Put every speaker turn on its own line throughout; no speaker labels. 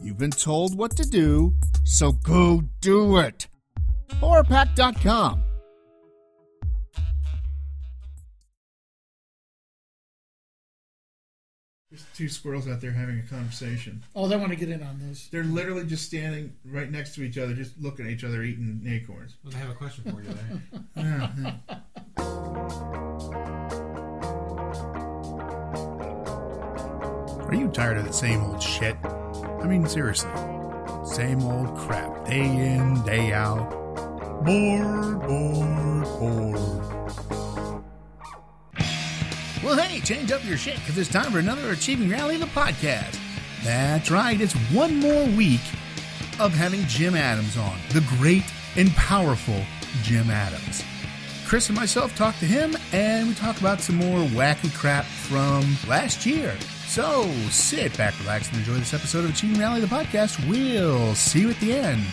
you've been told what to do, so go do it. Horrorpack.com.
There's two squirrels out there having a conversation.
Oh, they want to get in on this.
They're literally just standing right next to each other, just looking at each other eating acorns.
Well, I have a question for you there.
Are you tired of the same old shit? I mean, seriously. Same old crap, day in, day out. Bored, bored, bored.
Well, hey, change up your shit because it's time for another Achieving Rally the podcast. That's right, it's one more week of having Jim Adams on, the great and powerful Jim Adams. Chris and myself talk to him, and we talk about some more wacky crap from last year. So sit back, relax, and enjoy this episode of Achieving Rally the podcast. We'll see you at the end.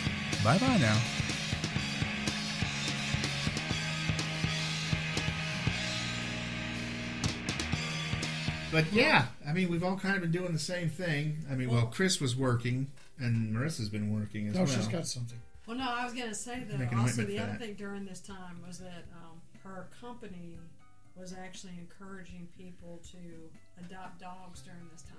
Bye bye now.
But yeah, I mean, we've all kind of been doing the same thing. I mean, well, Chris was working, and Marissa's been working as
Oh,
well.
she's got something.
Well, no, I was going to say that
Making
also
ointment
the
for
other
that.
thing during this time was that um, her company was actually encouraging people to adopt dogs during this time.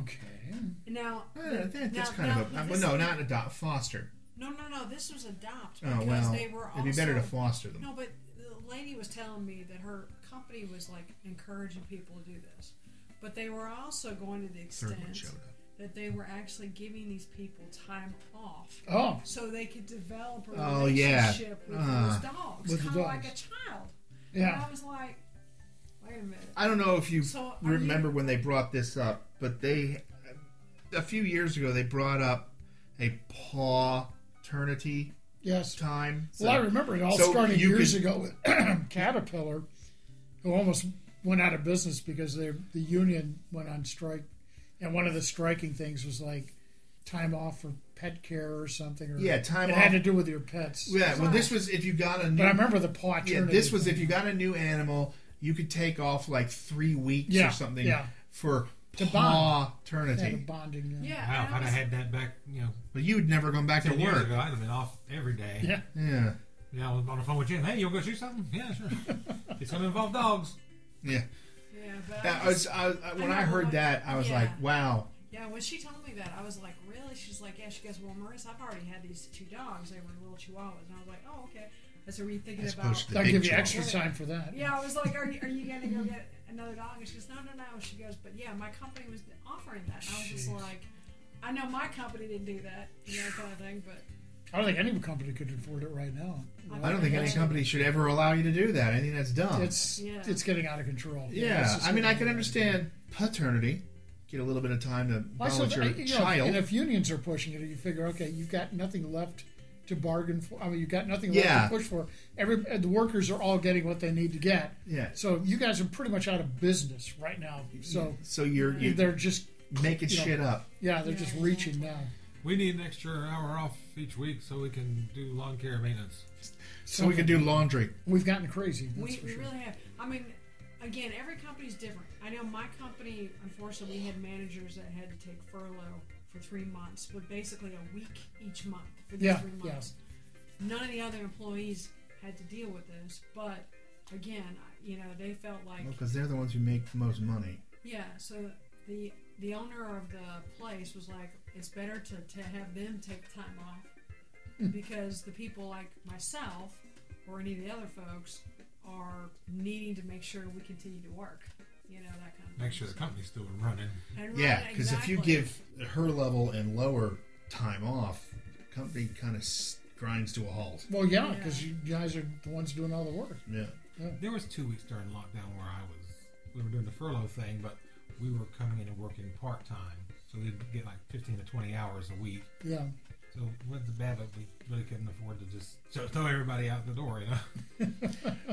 Okay.
Now,
Uh, that, that's
now-
kind of a.
now,
uh, well,
this-
no, not adopt, foster.
no, no, no. This was adopt because
Oh, well.
they were also
It'd be better to foster them.
No, but the lady was telling me that her company was like encouraging people to do this, but they were also going to the
Third one
extent
showed up.
that they were actually giving these people time off
Oh,
so they could develop a
Oh, yeah.
relationship with
Uh,
those dogs,
with the
kind of like a
dogs.
child. And
yeah.
I was like, wait a minute.
I don't know if you
So, are
remember when they brought this up, but they a few years ago they brought up a paw eternity
Yes.
time.
well, I remember it all
so
started
you
years
could-
ago with Caterpillar, who almost went out of business because they, the union went on strike. And one of the striking things was like time off for pet care or something. Or
Yeah, time
It had
off.
to do with your pets.
Yeah, well, this was if you got a new.
But I remember the paw
yeah,
Trinity
this was
thing.
if you got a new animal, you could take off like three weeks
Yeah,
or something
yeah.
for
To
paw
Yeah, the
eternity.
bonding. uh, Yeah.
Yeah.
Wow,
and
if I'd
I
have
was,
had that back, you know,
But you'd never gone back to
10 years
work.
ago, I'd have been off every day.
Yeah.
Yeah,
Now I'm on the phone with Jen. Hey, you want to go shoot something? Yeah, sure. it's going to involve dogs.
yeah.
yeah, but
That-
I
I was,
was,
I, I- when
I
I,
know,
heard
like-
that, I was
yeah.
like, wow.
yeah, when she told me that, I was like, really? She's like, yeah. She goes, well, Marissa, I've already had these two dogs. They were little chihuahuas, and I was like, oh, okay. I said, were you thinking
As
about?
opposed to the
That'll
big
give you
trouble.
extra time for that.
yeah, I was like, are you, are you gonna go get another dog? And she goes, no, no, no. She goes, but yeah, my company was offering that. And I was just
Jeez.
like, I know my company didn't do that, you know, kind of thing, but.
I don't think any company could afford it right now.
I don't think any
Yeah.
company should ever allow you to do that. I think that's dumb.
It's
Yeah.
it's getting out of control. It's
yeah,
just
I mean, I
getting
can
out of
understand paternity. Get a little bit of time to
Well, I
balance
still-
your
I- you know,
child.
and if unions are pushing it, you figure, okay, you've got nothing left to bargain for. I mean, you've got nothing
Yeah.
left to push for. Every uh, the workers are all getting what they need to get.
yeah.
So you guys are pretty much out of business right now. So
So you're, you're
they're just
making
you know,
shit up.
yeah, they're just reaching now.
We need an extra hour off each week so we can do lawn care maintenance.
So we can do laundry.
We've gotten crazy. That's
We,
for
we
sure.
really have. I mean, again, every company's different. I know my company, unfortunately, we had managers that had to take furlough for three months, but basically a week each month for these
Yeah,
three
yeah.
months. None of the other employees had to deal with this, but again, I- you know, they felt like
Because they're the ones who make the most money.
yeah. So the the owner of the place was like, it's better to, to have them take time off
Hmm.
because the people like myself or any of the other folks are needing to make sure we continue to work. You know that kind of
Make sure the company's still running.
thing. And
Yeah,
right,
because if you
exactly.
give her level and lower time off, the company kind of grinds to a halt.
Well, yeah, because you guys are the ones doing all the work.
Yeah.
There was two weeks during lockdown where I was, we were doing the furlough thing, but we were coming in and working part time. so we'd get like 15 to 20 hours a week.
Yeah.
So with the Babbitt, we really couldn't afford to just so throw everybody out the door, you know.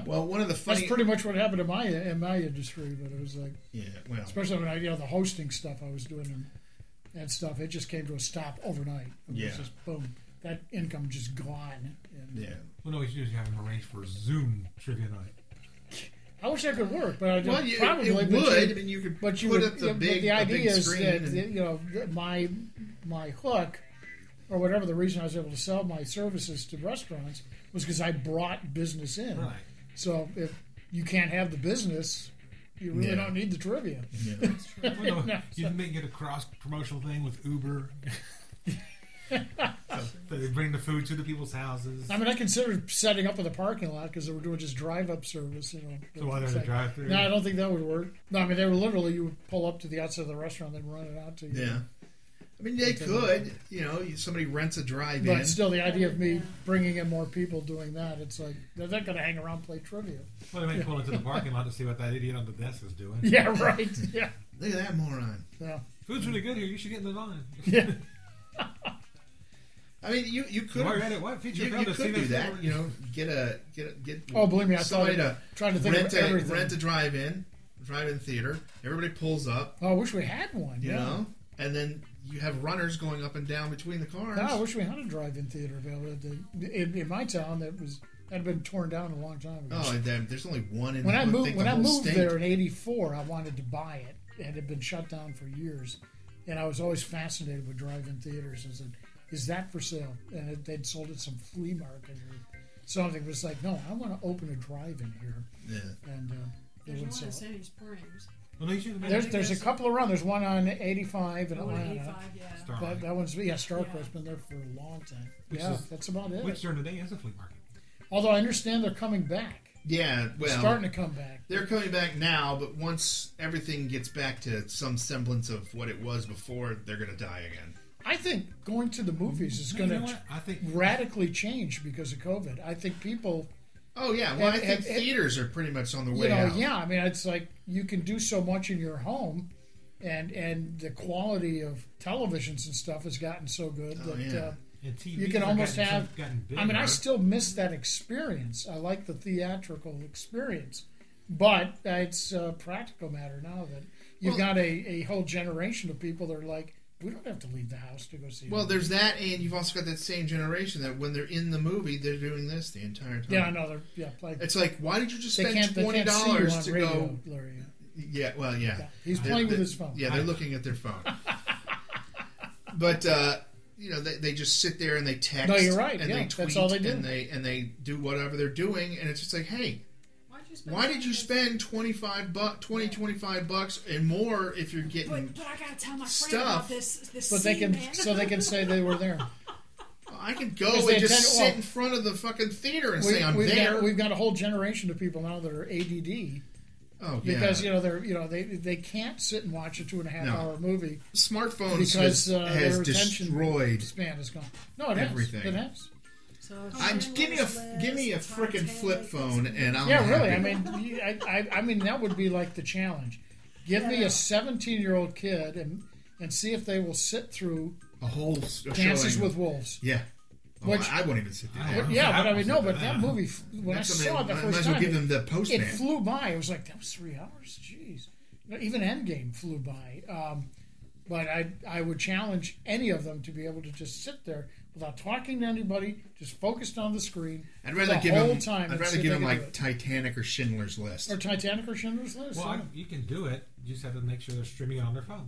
Well, one of the
That's
funny.
pretty much what happened in my in my industry, but it was like,
yeah, well,
especially when I you know the hosting stuff I was doing and, and stuff, it just came to a stop overnight. It was
Yeah.
just boom, that income just gone. And
yeah.
Well, no, we should just have them arrange for Zoom trivia night.
I wish I could work, but I
Well, you,
probably
it
but
would.
you-
I mean, you could
But you
put
would,
up the
yeah, but
big,
the idea
the big
is
screen.
that
and-
that, you know th- my my hook or whatever the reason I was able to sell my services to restaurants was because I brought business in.
Right.
So if you can't have the business, you really
Yeah.
don't need the trivia.
That's true.
Well, no, you make it a cross promotional thing with Uber. so they bring the food to the people's houses.
I mean, I considered setting up in the parking lot because they were doing just drive-up service. You know,
So why there's a
It's like-
drive-through?
No, I don't think that would work. No, I mean they were literally you would pull up to the outside of the restaurant, then run it out to you.
yeah. I mean, they could. You know, you- somebody rents a
uh, But
drive-in.
still, the idea of me
Yeah.
bringing in more people doing that, it's like they're not going to hang around and play trivia.
Well, they may pull into the parking lot to see what that idiot on the desk is doing.
Yeah, right. Yeah,
Look at that moron.
yeah.
Food's really good here. You should get in the line.
I mean, you you could.
Why read it? What feature
You,
film
you
has
could
seen
do
us
that,
before?
you know. Get a get a, get.
Oh, believe me, I
somebody
thought-
to
trying to think of
rent a
everything.
rent a drive-in, drive-in theater. Everybody pulls up,
Oh, I wish we had one.
you
yeah.
know, and then you have runners going up and down between the cars.
No, I wish we had a drive-in theater available. The- In, in my town, that was had been torn down a long time ago.
Oh, and then there's only one in
when I
think,
moved
the
when I
whole
moved
state.
there in '84, I wanted to buy it. It had been shut down for years, and I was always fascinated with drive-in theaters. I said, "Is that for sale?" And it, they'd sold it at some flea market or something. It was like, "No, I want to open a drive-in here,"
Yeah.
and uh, they
There's
wouldn't
one
sell it.
in Sandy Springs.
Well, no, you should have made
There's
it.
there's a couple around. There's one on 85 in
Oh,
Atlanta.
85, yeah.
Starlight,
That, that one's yeah, Starcross
Yeah.
has been there for a long time.
Which
yeah,
is-
that's about it.
Which during the day is a flea market.
Although I understand they're coming back,
Yeah. Well,
starting to come back.
they're coming back now, but once everything gets back to some semblance of what it was before, they're gonna die again.
I think going to the movies is
No,
going
you know
to
what? I think
radically change because of COVID. I think people,
Oh yeah. Well, I
And-
think
and- and-
theaters are pretty much on the
you
way
know,
out.
yeah. I mean, it's like you can do so much in your home, and and the quality of televisions and stuff has gotten so good
Oh,
that.
yeah.
Uh,
and TV
you can almost
gotten,
have.
Gotten bigger.
I mean, I still miss that experience. I like the theatrical experience, but it's a practical matter now that you've
Well-
got a, a whole generation of people that are like, we don't have to leave the house to go see. a
Well,
movie."
there's that, and you've also got that same generation that when they're in the movie, they're doing this the entire time.
yeah, I know they're yeah, like
It's like, why did you just
they can't
spend
they
twenty
can't see you
dollars
on
to
radio,
go?
Larry.
Yeah, well, yeah.
Yeah, he's
They're-
playing with
they're-
his phone.
Yeah, they're looking at their phone. but uh, you know, they, they just sit there and they text.
No, you're right,
And
yeah,
they
that's
tweet,
all they do.
And they and they do whatever they're doing, and it's just like, hey,
Why'd you spend
why did you
$25?
spend 25 buck, 20, 25 bucks and more if you're getting?
But, but I gotta tell my friend
Stuff.
about this. This
But they
scene,
can
man.
so they can say they were there.
I could go
Because
and
they
just
attend-
sit
well,
in front of the fucking theater and
We,
say I'm
we've
there.
got we've got a whole generation of people now that are ADD
oh yeah.
because you know they're you know they they can't sit and watch a two and a half
No.
hour movie
smartphones
because,
has,
uh,
has
their attention-
destroyed.
span is gone. No, it
Everything.
has. It has.
So
I,
Schindler's
give me a
List,
give me a frickin'
Titanic,
flip phone and I'm
Yeah, really. I
happy.
mean, you- I, I, I mean that would be like the challenge. Give me a 17 year old kid and and see if they will sit through
a whole
Dances
showing.
with Wolves.
Yeah. Oh,
Which-
I, I won't even sit
I
there.
don't
Yeah,
think
but I
will
mean,
sit
no,
for
but that
that.
movie when
That's
I
something
saw it the
might-
first
might as well
time,
give them the
it
postman.
flew by. It was like that was three hours. Jeez, You know, even Endgame flew by. Um, but I I would challenge any of them to be able to just sit there without talking to anybody, just focused on the screen.
I'd rather
the
give
whole
him.
time
I'd
and
rather
see if
give
they
him
could
like
do it.
Titanic or Schindler's List.
or Titanic or Schindler's List.
Well, I,
yeah.
you can do it. You just have to make sure they're streaming it on their phone.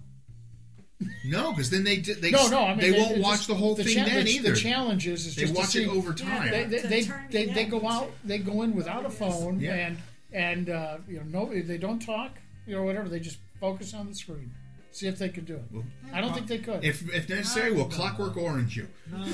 no, because then they d- they
no, no, I mean
they won't
it
watch
just-
the whole thing
cha-
then
the,
either.
The challenge is, is
they
just to
watch it
see-
over
Yeah,
time.
They, they,
To
they,
turn-
they,
yeah,
they go
to-
out. They go in without a phone,
Yeah.
and and uh, you know, no, they don't talk, you know, whatever. They just focus on the screen, see if they can do it. I don't think they could.
if if necessary, we'll clockwork orange you.
No,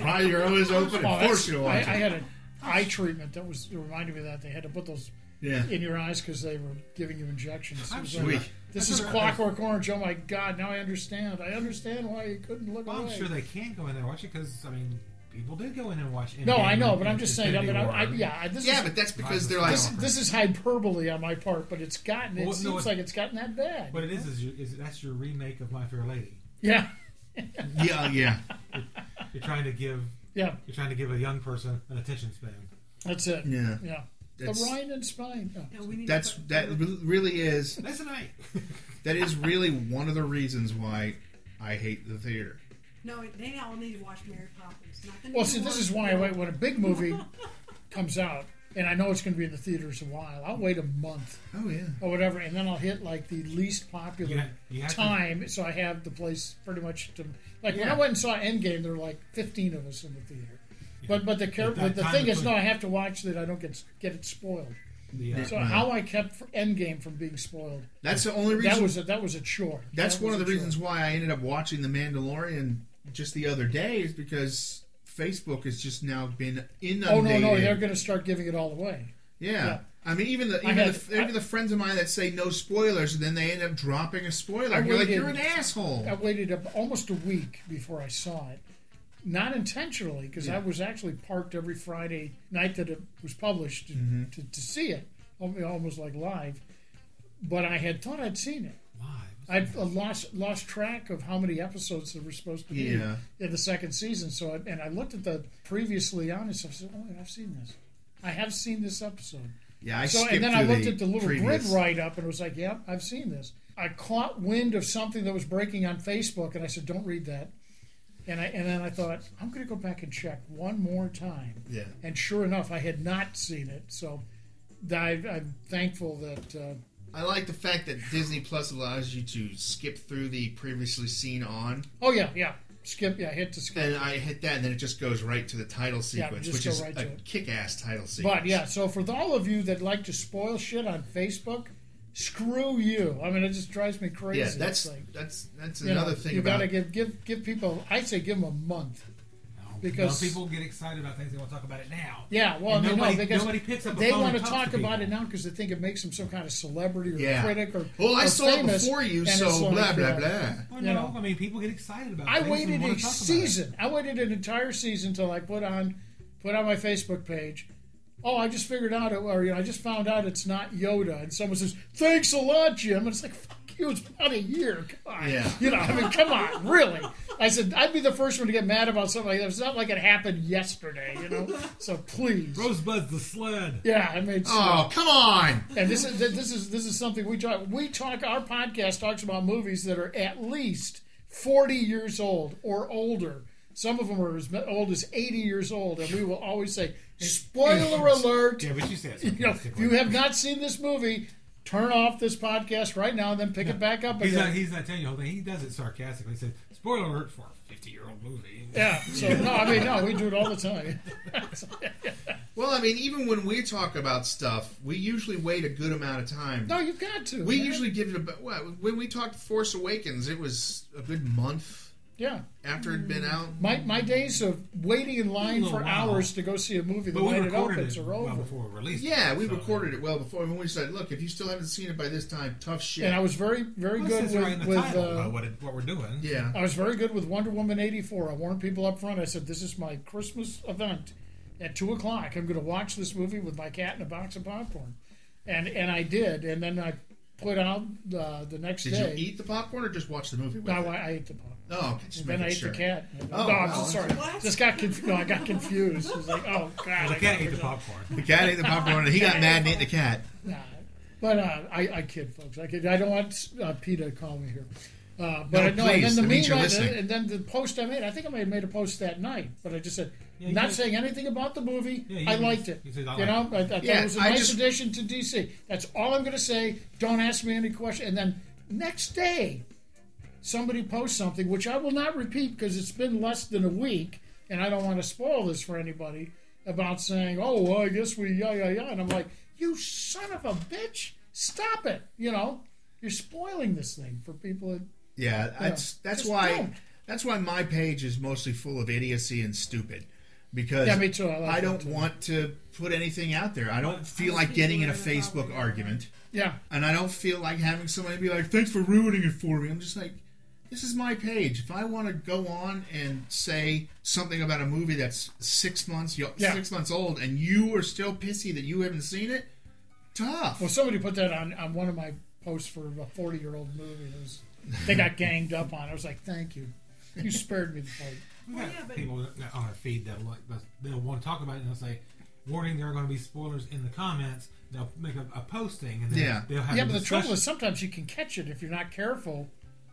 Pry your eyes open
Well,
and force
Oh, that's-
you to
I,
watch
I
it. oh,
had an eye treatment that was it reminded me of that they had to put those
Yeah.
in your eyes because they were giving you injections. It
I'm
was
sure.
Sweet.
that-
This
I'm
is
sure-
Clockwork Orange. Oh my God! Now I understand. I understand why you couldn't look
Well, I'm
away.
sure they can go in there and watch it because I mean, people did go in and watch.
No,
Endgame
I know, but
and
I'm just saying. I mean, I, I,
Infinity War.
yeah, I- this
Yeah,
is
but that's because they're like,
this, this is hyperbole on my part, but it's gotten. It
Well, no,
seems
it-
like it's gotten that bad.
What it is is, you, is that's your remake of My Fair Lady.
yeah,
yeah, yeah.
You're trying to give
yeah,
you're trying to give a young person an attention span.
that's it.
Yeah.
yeah. The
That's-
Rhine and Spine. Oh.
No, we need to
That's
put-
that re- really is
That's a night.
that is really one of the reasons why I hate the theater.
No, they all need to watch Mary Poppins. Not the new
Well, see,
one.
this is why I wait when a big movie comes out, and I know it's going to be in the theaters a while. I'll wait a month
Oh yeah.
or whatever, and then I'll hit like the least popular
You ha- you have to-
time, so I have the place pretty much to. Like when I went and saw Endgame, there were like fifteen of us in the theater. But but the care,
At that
but the
time
thing
to
is,
put-
no, I have to watch that I don't get get it spoiled.
The, uh,
So how I kept for- Endgame from being spoiled
That's the only reason.
that was a, that was a chore.
that's
That
one
was
of the
a chore.
reasons why I ended up watching The Mandalorian just the other day is because Facebook has just now been
Oh
inundated.
no no, they're going to start giving it all away.
yeah.
yeah.
I mean, even the
I
even,
had-
the, even
I-
the friends of mine that say no spoilers, and then they end up dropping a spoiler.
I Oh.
You're like,
waited-
you're an asshole.
I waited up almost a week before I saw it. Not intentionally, because I was actually parked every Friday night that it was published to,
Mm-hmm.
to, to see it, al- almost like live. But I had thought I'd seen it.
live.
I uh, lost lost track of how many episodes there were supposed to be
Yeah.
in the second season. So, I, and I looked at the previously on, and so I said, "Oh, I've seen this. I have seen this episode."
Yeah, I
so,
skipped
and then I
through
looked at the little
previous-
grid write up and was like, yep, I've seen this. I caught wind of something that was breaking on Facebook and I said, don't read that. And, I, and then I thought, I'm going to go back and check one more time.
Yeah.
And sure enough, I had not seen it. So I, I'm thankful that, uh,
I like the fact that Disney Plus allows you to skip through the previously seen on,
oh, yeah, yeah, skip, yeah, hit the skip.
and I hit that, and then it just goes right to the title
Yeah,
sequence,
just
which
go
is
right
a
to it.
kick-ass title sequence.
But yeah, so for all of you that like to spoil shit on Facebook, screw you. I mean, it just drives me crazy.
yeah,
It's
that's
like-
that's that's
you know,
another thing
you
about
gotta give give give people. I say give them a month.
No,
because-
no, people get excited about things. They want to talk about it now.
Yeah, well,
And
I mean,
nobody-
no, because
nobody picks up the
they
phone
wanna
and talks
talk
to
about
people.
it now because they think it makes them some kind of celebrity or
Yeah.
critic or
Well, I
or
saw it
famous,
before you,
and
so
it's like,
blah blah
uh,
blah.
Well,
You
Oh, no,
know.
I mean people get excited about.
I
things and
waited
wanna
a
talk about it.
season. I waited an entire season until I put on put on my Facebook page. Oh, I just figured out, it, or you know, I just found out it's not Yoda, and someone says, "Thanks a lot, Jim." And it's like, "Fuck you!" It's about a year. Come on,
Yeah.
you know, I mean, come on, really? I said I'd be the first one to get mad about something like that. It's not like it happened yesterday, you know. So please,
Rosebud's the sled.
yeah, I mean, it's,
Oh come on!
and this is this is this is something we talk we talk our podcast talks about movies that are at least 40 years old or older some of them are as old as 80 years old and we will always say spoiler alert
Yeah, but you said
you know, if you have not seen this movie turn off this podcast right now and then pick it back up
He's
again
not, he's not telling you the whole thing. He does it sarcastically. He said, spoiler alert for a 50 year old movie.
yeah so no i mean no we do it all the time
Well, I mean, even when we talk about stuff, we usually wait a good amount of time.
no you've got to
we
man.
usually give it about what, when we talked Force Awakens, it was a good month
yeah
after it'd
Mm.
been out.
my, my days of waiting in line
A little
for
while.
hours to go see a movie the
But we
night it
recorded
opens
it
are over
well before we released
Yeah,
it,
we
so-
recorded it well before. When we said, "Look, if you still haven't seen it by this time, tough shit."
and I was very very
Well, it
good
says it right in
with,
the
with
title
uh,
about what, it, what we're doing.
yeah,
I was very good with Wonder Woman eighty four. I warned people up front. I said this is my Christmas event at two o'clock. I'm going to watch this movie with my cat and a box of popcorn, and and I did. And then I put out uh, the next
Did
day.
you eat the popcorn or just watch the movie with
No,
it?
I, I ate the popcorn.
oh, okay, just
Then I
making
ate
sure.
the cat.
Oh,
no, I'm so
wow.
sorry. Just got conf- no, I got confused. It was like, oh god,
The
I
cat
got
ate the
confused.
The
popcorn.
cat ate the popcorn, and he got mad and ate the cat.
Nah. But uh, I, I kid, folks. I kid. I don't want uh, PETA to call me here. Uh, but
No,
I know,
please,
and then the
that means you're
meanwhile,
listening.
and then the post I made. I think I may have made a post that night, but I just said,
you
not
did.
saying anything about the movie.
Yeah, you
I
did.
liked it.
You said, "I
you know,
liked
I, I thought
Yeah,
it was a
I
nice
just-
addition to DC. That's all I'm going to say. Don't ask me any questions. And then next day, somebody posts something, which I will not repeat because it's been less than a week, and I don't want to spoil this for anybody, about saying, oh, well, I guess we, yeah, yeah, yeah. And I'm like, you son of a bitch, stop it. You know, you're spoiling this thing for people. That,
Yeah, that's that's
Just
why
don't.
that's why my page is mostly full of idiocy and stupid because
Yeah, me too. I like
I
that
don't
too.
want to put anything out there. I don't feel
I
like
think
getting in
we're
a
in a problem
Facebook
here.
argument,
yeah.
and I don't feel like having somebody be like, "Thanks for ruining it for me." I'm just like, this is my page. If I want to go on and say something about a movie that's six months yo-
Yeah.
six months old, and you are still pissy that you haven't seen it, tough.
Well, somebody put that on, on one of my posts for a 40 year old movie. It was, they got ganged up on. it. I was like, thank you. You spared me the fight.
We
Well,
got
yeah, but-
people that- on our feed that like that they'll want to talk about it and they'll say, "Warning: There are going to be spoilers in the comments." They'll make a, a posting and then
Yeah.
they'll have
Yeah,
a
but the
discussion.
trouble is sometimes you can catch it if you're not careful.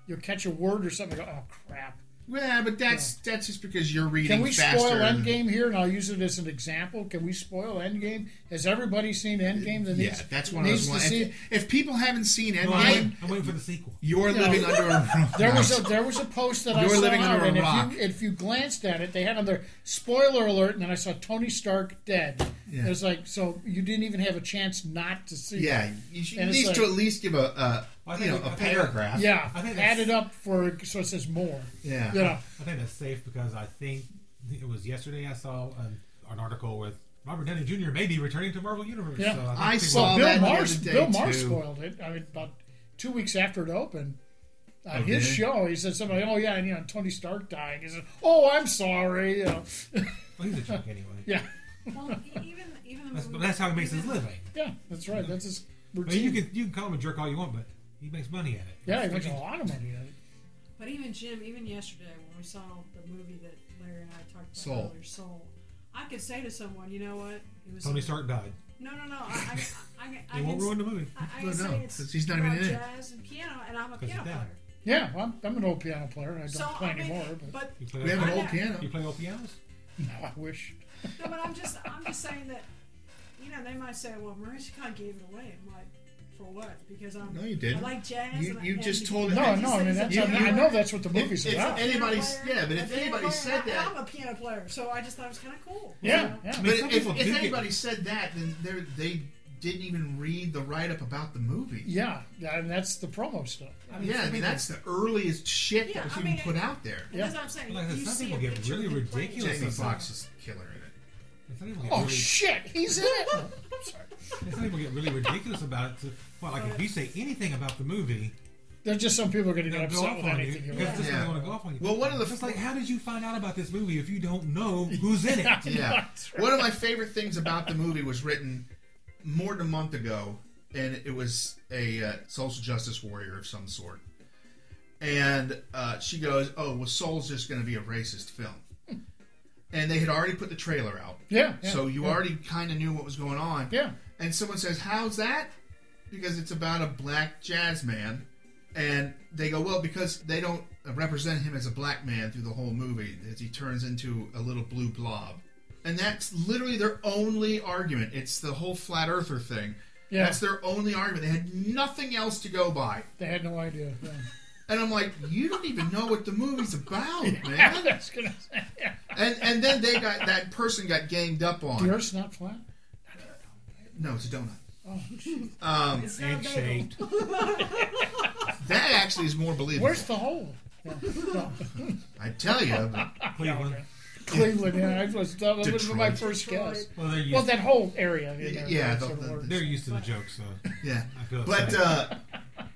You'll catch a word or something. And go, oh crap!
yeah, but that's that's just because you're reading
Can we
faster.
spoil
than-
Endgame here? And I'll use it as an example. Can we spoil Endgame? Has everybody seen Endgame? That
Yeah,
needs,
that's one of those
needs to
ones.
see
If,
it?
if people haven't seen
Well, I'm,
Endgame,
waiting, I'm waiting for the sequel.
you're living under a rock.
There was a there was a post that I
You're
saw
living
out,
under a
and
rock.
if you if you glanced at it, they had on there spoiler alert, and then I saw Tony Stark dead.
Yeah.
It was like so you didn't even have a chance not to see.
yeah,
it.
you should,
And
at
it's
least
like-
to at least give a, a
Well, I
you
think
know
we-
a
I think-
paragraph.
yeah.
I think that's-
add it up for so it says more.
Yeah.
you know,
I think that's safe because I think it was yesterday I saw an, an article with Robert Downey Jr. may be returning to Marvel Universe.
Yeah.
So I, think
I
people-
saw-
Bill
that the
Maher
other day,
Bill Maher
too.
spoiled it. I mean, about two weeks after it opened. On
Oh,
his
did he?
show, he said somebody, "Oh yeah, and you know Tony Stark dying." He said, "Oh, I'm sorry." You know,
Well, he's a jerk anyway.
yeah,
Well, e- even even the
That's,
movie,
but that's how he makes his
even-
living.
yeah, that's right. That's his
I mean, you
routine.
can you can call him a jerk all you want, but he makes money at it.
yeah, he makes a lot of money. At it.
But even Jim, even yesterday when we saw the movie that Larry and I talked about
Soul.
earlier, Soul, I could say to someone, you know what? It was
Tony Stark died.
No, no, no. I, I, I, I
He won't
can-
ruin the movie.
I, I
Well,
can
no,
say it's
'cause he's not even
about
in it.
jazz and piano, and I'm a
'Cause he's
piano
down.
player.
Yeah, well, I'm, I'm an old piano player. I don't
So
play
I mean,
anymore, but,
but
You play
We have
all-
an old
Yeah.
piano.
You play old pianos?
no, I wish.
No, but I'm just I'm just saying that you know they might say, well, Marisha kind of gave it away. I'm like, for what? Because I'm
No, you didn't.
I like jazz.
You-
and I-
you
and
just told-
No,
I
just
no, I
said
mean
he's a
that's
You-
I,
piano
mean, I
you-
know
player.
that's what the movie's
if
about.
Piano
anybody's-
player,
yeah, but
a
if
piano
anybody
player,
said
I-
that-
I'm a piano player, so I just thought it was kind of cool.
yeah,
You know?
yeah.
mean,
But
some
if,
people
if
do get-
anybody said that, then they're- they didn't even read the write up about the movie.
yeah, yeah, and that's the promo stuff.
yeah, I mean that's the earliest shit
Yeah,
that was
I
even
mean,
put
it-
out there.
And that's what I'm saying.
Like I said,
you
some
see
people
a
get
picture
really
of him playing.
ridiculous.
Jamie
Yes,
Foxx is killer in it.
Some people get
Oh
really-
shit, he's in it. I'm sorry.
Some people get really ridiculous about it. To, well, like if you say anything about the movie,
There's just some people are going to get
they'll go
upset
off
with
on you.
anything.
Because
you
just
Yeah.
they want to go off on you.
Well, one of the-
it's like, how did you find out about this movie if you don't know who's in it?
Yeah,
That's
one of my favorite things about the movie was written more than a month ago, and it was a uh, social justice warrior of some sort. And uh, she goes, "Oh, well, Soul's just going to be a racist film." And they had already put the trailer out,
Hmm. Yeah, yeah,
so you
yeah.
already kind of knew what was going on.
Yeah.
And someone says, "How's that?" Because it's about a black jazz man, and they go, "Well, because they don't represent him as a black man through the whole movie, as he turns into a little blue blob." And that's literally their only argument. It's the whole flat earther thing.
Yeah.
That's their only argument. They had nothing else to go by.
They had no idea. Yeah.
And I'm like, you don't even know what the movie's about,
Yeah,
man.
that's gonna say. Yeah.
And and then they got that person got ganged up on.
The Earth's not flat.
No, it's a donut. Um,
It's not
Egg
bagel.
shaped.
That actually is more believable.
Where's the hole? Yeah. No.
I tell you, but
Cleveland.
Cleveland. Yeah, I was, that was my
Detroit.
first guess.
Detroit.
Well, they're used,
Well, that whole area. in there,
Yeah,
that
the-
sort of
the-
works.
they're used to the joke, so
Yeah,
I feel
but
upset.
uh,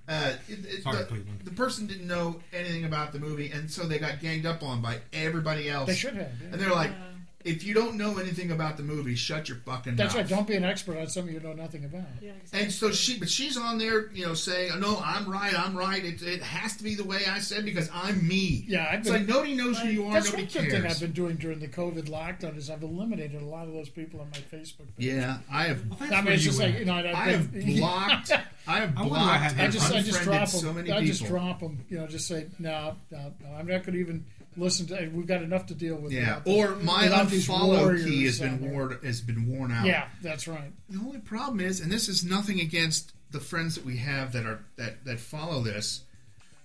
uh, it, it,
Sorry,
the,
Cleveland.
the person didn't know anything about the movie, and so they got ganged up on by everybody else.
They should have. yeah.
And they're like,
Yeah.
"If you don't know anything about the movie, shut your fucking
That's
mouth."
right. Don't be an expert on something you know nothing about.
Yeah, exactly.
And so she, but she's on there, you know, saying, oh, "No, I'm right. I'm right. It, it has to be the way I said because I'm me."
Yeah, I've
it's
been-
like nobody knows who you are.
That's
nobody
one good
cares.
thing I've been doing during the COVID lockdown is I've eliminated a lot of those people on my Facebook. Page.
yeah, I have.
Well,
I
that's
mean,
where
it's
you
just like you
went.
know, and I've
I have
been-
blocked. I have
wonder
blocked.
why I haven't
I just, I just
unfriended
drop them.
so many
I
people.
just drop them. You know, just say no, no, no I'm not going to even listen to. We've got enough to deal with.
Yeah,
without this-
or my
without these
unfollow key has
warriors
been
out there.
worn has been worn out.
Yeah, that's right.
The only problem is, and this is nothing against the friends that we have that are that that follow this.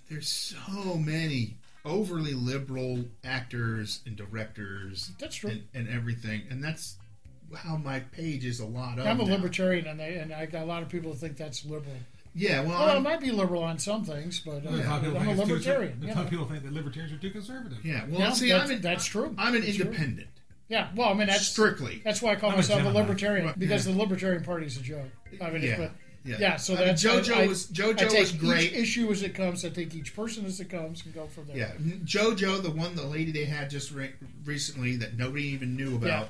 There's so many overly liberal actors and directors.
That's true.
And, and everything, and that's how my page is a lot of.
I'm a
um, now.
libertarian, and they, and I got a lot of people that think that's liberal.
Yeah, well,
Well, I
I'm-
might be liberal on some things, but uh,
There's a lot of people
I'm a
think it's too-
libertarian. you
there's a lot
know.
of people think that libertarians are too conservative.
yeah, well,
Yeah,
see,
that's-
I'm an,
that's true.
I'm an
That's true.
independent,
Yeah, well, I mean that's
strictly.
That's why I call
I'm a
myself a
Gemini.
libertarian
Right,
because
yeah.
the libertarian party is a joke. I mean,
Yeah,
it's, but
Yeah.
Yeah, so
I mean,
that's
JoJo
I- I-
was
I
JoJo
take
was great.
Each issue as it comes, I take each person as it comes, and go from there.
Yeah, N- JoJo, the one the lady they had just re- recently that nobody even knew about,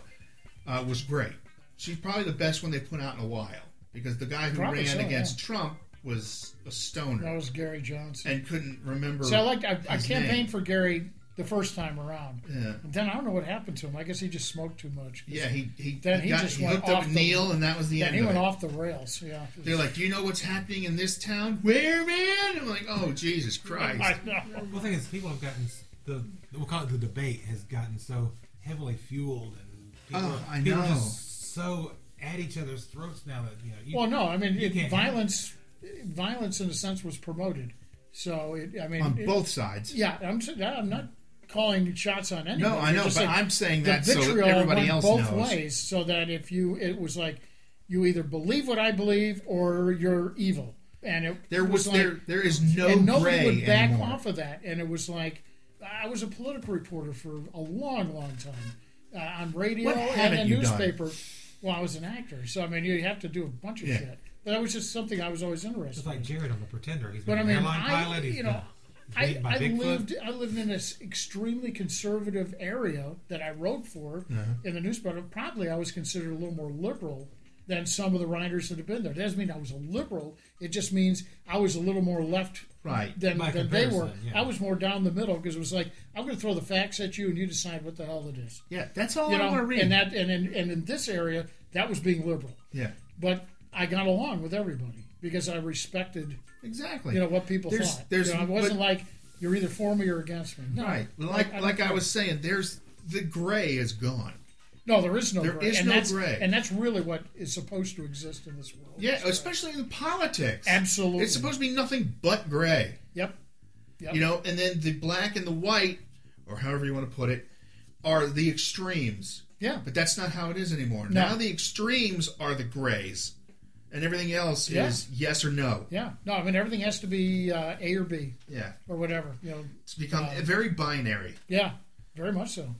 uh, was great. She's probably the best one they put out in a while because the guy who
Probably
ran
so,
against Trump was a stoner
that was Gary Johnson.
and couldn't remember.
See, I liked I, I
his
campaigned
name.
for Gary the first time around,
Yeah.
and then I don't know what happened to him. I guess he just smoked too much.
Yeah, he he,
Then he
got,
just
he
went
hooked up
off the-
Neil, and that was the
Yeah,
end.
he
of
went
it.
off the rails. Yeah,
They're like, "Do you know what's happening in this town? Where, man?" I'm like, "Oh, Jesus Christ!"
I know.
Well, the thing is, people have gotten s- the we'll call it the debate has gotten so heavily fueled, and people,
Oh, I
people are
know.
just so at each other's throats now that you know. You,
Well, no, I mean,
You
it-
can't-
violence, violence in a sense was promoted. So it, I mean,
on
it-
both sides.
Yeah, I'm. s- I'm not calling shots on anyone.
No, I know,
Just
but
like
I'm saying
the
that so
vitriol
everybody
went
else
both
knows.
ways, so that if you, it was like you either believe what I believe or you're evil, and it
There was,
like,
there there is no
and nobody
gray
would back
anymore.
off of that. And it was like I was a political reporter for a long, long time uh, on radio
What
and
haven't
a
you done?
newspaper. Well, I was an actor, so I mean, you have to do a bunch of
Yeah.
shit. But that was just something I was always interested.
it's like
in.
Jared on the Pretender. He's
But
been
I
an
mean,
airline
I,
pilot. He's
you know,
been
I,
eaten by
I
Bigfoot.
lived I lived in this extremely conservative area that I wrote for
Uh-huh.
in the newspaper. Probably I was considered a little more liberal than some of the writers that have been there. That doesn't mean I was a liberal. It just means I was a little more left
Right.
than,
By
than they were.
comparison, yeah.
I was more down the middle because it was like I'm going to throw the facts at you and you decide what the hell it
Oh,
is.
Yeah, that's all
You
I
know,
want to read.
and that and in, and in this area that was being liberal,
yeah,
but I got along with everybody because I respected
exactly.
you know what people
There's-
thought.
there's-
you know, it wasn't
but-
like you're either for me or against me. No,
right? Like
I- I-
like I was saying, there's the gray is gone.
no, there is no
There
gray.
is
and
no
that's,
gray.
and that's really what is supposed to exist in this world.
Yeah,
That's right.
especially in politics.
Absolutely.
it's supposed to be nothing but gray.
Yep. Yep.
You know, and then the black and the white, or however you want to put it, are the extremes.
Yeah.
But that's not how it is anymore.
No.
Now the extremes are the grays, and everything else
Yeah.
is yes or no.
Yeah. No, I mean everything has to be uh, A or B
Yeah,
or whatever. You know.
it's become
Um,
very binary.
Yeah. Very much so.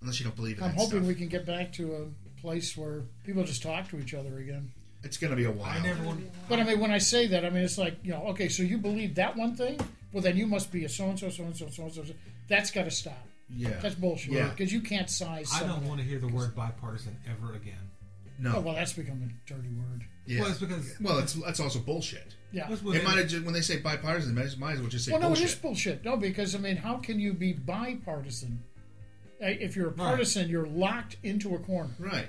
Unless you don't believe in
I'm
that
hoping
stuff.
we can get back to a place where people just talk to each other again.
It's going to be a while.
I never wanted.
But I mean, when I say that, I mean it's like you know, okay, so you believe that one thing. Well, then you must be a so and so, so and so, so and so. That's got to stop.
Yeah.
That's bullshit.
Yeah.
Because you can't size.
I don't
something.
want to hear the word bipartisan ever again.
Oh,
No.
well, that's become a dirty word.
Yeah.
Well, it's because
Well, it's that's also bullshit.
Yeah.
what's with
It might have just, when they say bipartisan, they might as- might as well just say
well, no,
bullshit.
it is bullshit. No, because I mean, how can you be bipartisan? Uh, If you're a
Right.
partisan, you're locked into a corner.
Right.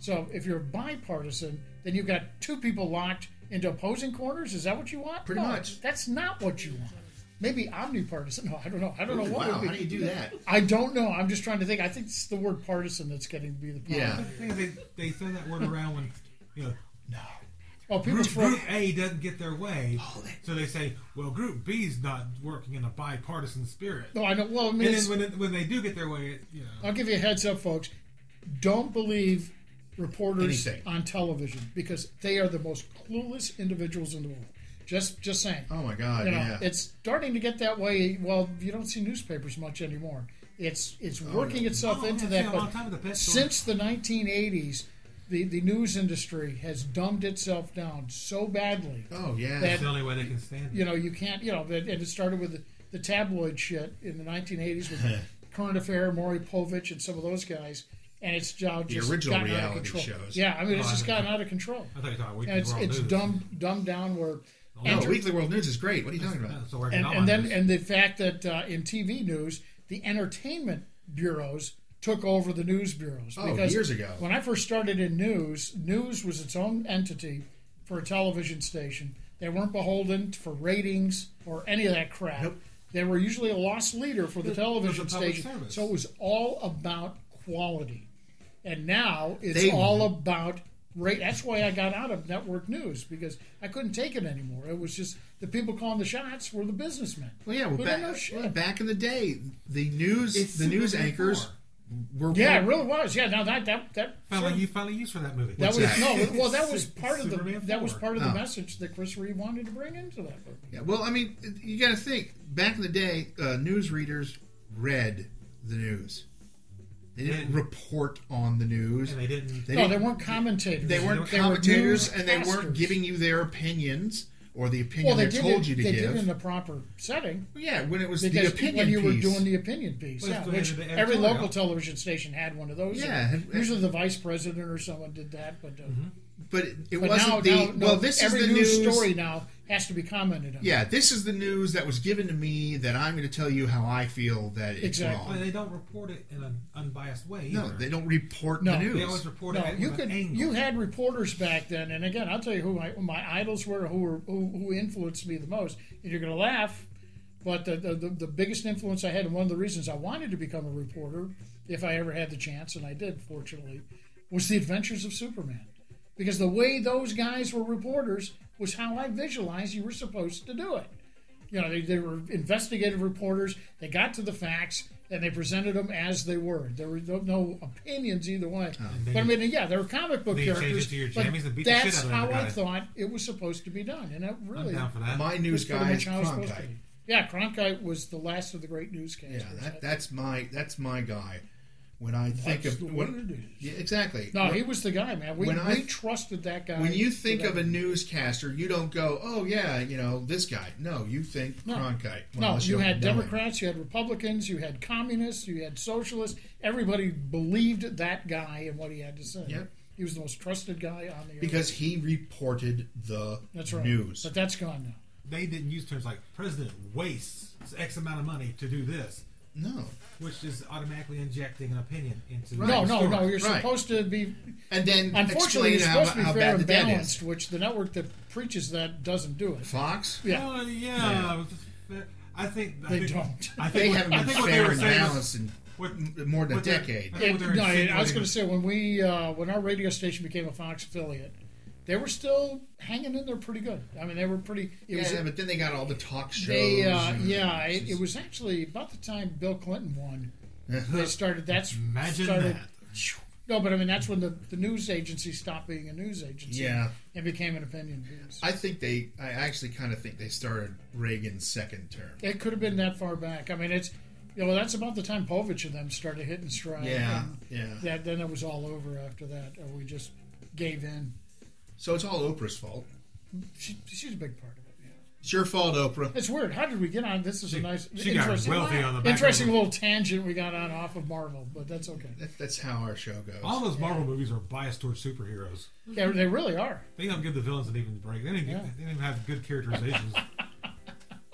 So if you're bipartisan, then you've got two people locked into opposing corners. Is that what you want?
Pretty
No,
much.
That's not what you want. Maybe omnipartisan. No, I don't know. I don't know what
wow,
would be.
how do you do that?
I don't know. I'm just trying to think. I think it's the word partisan that's getting to be the problem.
Yeah.
the thing is they, they throw that word around when you know
Oh, people
group,
throw.
group A doesn't get their way, so they say, well, Group B's not working in a bipartisan spirit.
No, I know. Well, I mean,
And
it's-
then when, it, when they do get their way, it, you know,
I'll give you a heads up, folks. Don't believe reporters
Anything.
on television because they are the most clueless individuals in the world. Just, just saying.
Oh my God.
you know,
yeah.
it's starting to get that way. Well, you don't see newspapers much anymore. It's it's working itself
Oh,
into
yeah,
that.
yeah, a long time
But
with the pet store.
since the 1980s, the the news industry has dumbed itself down so badly.
oh yeah.
that-
that's the only way they can stand it.
you know, you can't, you know, and it started with the, the tabloid shit in the 1980s with Current Affair, Maury Povich, and some of those guys. And it's now just
original
gotten out of
reality
control.
shows.
Yeah, I mean, it's
Oh, I
just
know.
gotten out of control.
I thought you thought we
And it's
were all
it's
new.
dumbed, dumbed down where.
no,
and,
Weekly World News is great. What are you talking about?
That's the word
and,
not
and then
news.
and the fact that uh, in TV news, the entertainment bureaus took over the news bureaus.
Oh, years ago.
When I first started in news, news was its own entity for a television station. They weren't beholden for ratings or any of that crap.
Nope.
They were usually a lost leader for the
It was a
television
public
station.
service.
So it was all about quality. And now it's
They-
all about rate. That's why I got out of network news because I couldn't take it anymore. It was just the people calling the shots were the businessmen.
Well, yeah. Well,
Who
back,
don't know shit.
well, back in the day, the news,
It's
the news
Superman
anchors
four.
were
yeah, it really was. Yeah, now that that that
Finally, you finally used for that movie.
that was
that?
no. Well, that was
It's
part of the
Superman
that was
four.
part of the
Oh.
message that Chris Reed wanted to bring into that movie.
Yeah, well, I mean, you got to think. Back in the day, uh, newsreaders read the news. They didn't report on the news.
and they didn't.
They
no, they
didn't-
weren't commentators.
They weren't
They were
commentators,
newscasters.
and they weren't giving you their opinions or the
Well,
opinion
they
they,
did
told
it,
you to
they did
give.
it in the proper setting
yeah, when it was the
because
opinion
when you
piece.
were doing the opinion piece,
Well,
yeah,
it's the
which
end of the
every
editorial.
local television station had one of those.
Yeah, and-
usually the vice president or someone did that, but. Uh,
Mm-hmm.
but it, it
But
wasn't
now,
the
now, no,
well. This is
every
the
news,
news,
story now has to be commented on.
Yeah, this is the news that was given to me that I'm going to tell you how I feel that it's
Exactly.
Well,
wrong.
they don't report it in an unbiased way.
No,
either.
they don't report
No.
the
They
news.
They always report
No,
it.
you
with
could.
An angle.
You had reporters back then, and again, I'll tell you who my, who my idols were, who were who, who influenced me the most. And you're going to laugh, but the, the the the biggest influence I had, and one of the reasons I wanted to become a reporter, if I ever had the chance, and I did, fortunately, was the Adventures of Superman, because the way those guys were reporters was how I visualized you were supposed to do it. You know, they, they were investigative reporters. They got to the facts and they presented them as they were. There were no, no opinions either way.
Oh,
but I mean, yeah, they were comic book
Then you change
characters.
it to your
but
jammies and beat the shit
that's
out of
how
that
I
guy.
thought it was supposed to be done, and it really
I'm down for that.
My news
was pretty
guy
much
is
how it was supposed to
Cronkite.
be. Yeah, Cronkite was the last of the great newscasters.
Yeah, that, that's my that's my guy. When I think
That's
of
the way it
when,
is.
yeah, exactly.
No,
when,
he was the guy, man. We,
when I-
we trusted that guy.
when you think
with
of a newscaster, you don't go, "Oh yeah, you know this guy." No, you think
No.
Cronkite. Well,
No,
unless
you
don't
had
know him.
Democrats, you had Republicans, you had communists, you had socialists. Everybody believed that guy and what he had to say.
Yep.
He was the most trusted guy on the earth.
because he reported the
that's right.
news.
But that's gone now.
they didn't use terms like president wastes X amount of money to do this,
No,
which is automatically injecting an opinion into the
No, no,
story.
no. You're
Right.
supposed to be.
and then
Unfortunately,
explain
you're
how,
supposed to be
how
fair
bad the
and
debt is.
balanced, which the network that preaches that doesn't do it.
Fox.
Yeah.
Well, yeah. I think I
They
think,
don't.
I think
They
what,
haven't
I
been
think what they
fair
were
and
saying was-
balanced in
what-
m- more than a
what they're-
decade.
I
It-
think what they're
no, I was
insinuating-
going to say when we uh, when our radio station became a Fox affiliate, they were still hanging in there pretty good. I mean, they were pretty. It was
yeah, but then they got all the talk shows.
They, uh,
and-
yeah, it, it was actually about the time Bill Clinton won. they started. That's
Uh-huh. Imagine
started,
that.
No, but I mean that's when the, the news agency stopped being a news agency.
Yeah.
and became an opinion piece.
I think they. I actually kind of think they started Reagan's second term.
it could have been that far back. I mean, it's you know that's about the time Povich and them started hitting stride.
Yeah,
and
yeah.
That then it was all over after that, or we just gave in.
So it's all Oprah's fault.
She, she's a big part of it. Yeah.
It's your fault, Oprah.
It's weird. How did we get on? This is a nice,
she got
interesting,
wealthy on the back
interesting
end.
little tangent we got on off of Marvel, but that's okay.
That, that's how our show goes.
All those Marvel movies are biased towards superheroes.
They, they really are.
They don't give the villains an even break. They didn't,
Yeah.
they didn't even have good characterizations.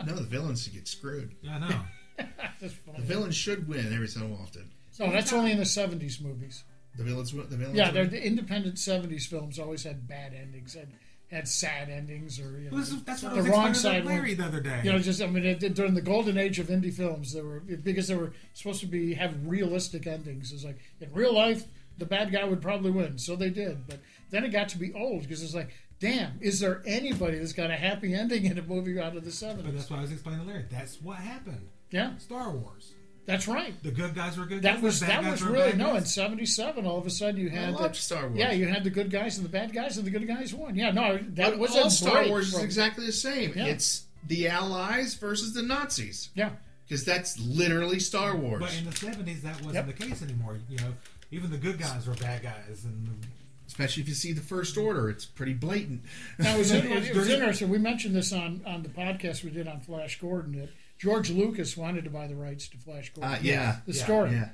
no, the villains get screwed.
yeah, I know.
That's
The
funny.
villains should win every so often.
No, that's only in the '70s movies.
The villains. win- The villains.
Yeah, they're,
win.
the independent '70s films always had bad endings, had had sad endings, or you know,
Well, this is- that's what
the
I was
wrong side.
explaining to Larry
one.
the other day.
You know, just I mean, it, during the golden age of indie films, they were because they were supposed to be have realistic endings. It's like in real life, the bad guy would probably win, so they did. But then it got to be old because it's like, damn, is there anybody that's got a happy ending in a movie out of the
but
'70s?
that's what I was explaining to Larry. That's what happened.
Yeah,
Star Wars.
that's right.
The good guys were good
That
guys.
was
the bad
that
guys
was
were
really
bad
no. In
guys.
'77, all of a sudden you
I
had
loved
the-
Star Wars.
Yeah, you had the good guys and the bad guys, and the good guys won. Yeah, no, that
But
was
all
a
Star
break
Wars is
from-
exactly the same.
Yeah.
It's the Allies versus the Nazis
Yeah,
because that's literally Star Wars.
But in the seventies, that wasn't
Yep.
the case anymore. You know, even the good guys were bad guys, and
Especially if you see the First Order, it's pretty blatant.
that was it,
It was
it was
dirty.
interesting. We mentioned this on on the podcast we did on Flash Gordon that George Lucas wanted to buy the rights to Flash Gordon,
Uh, yeah,
the
yeah,
story,
yeah.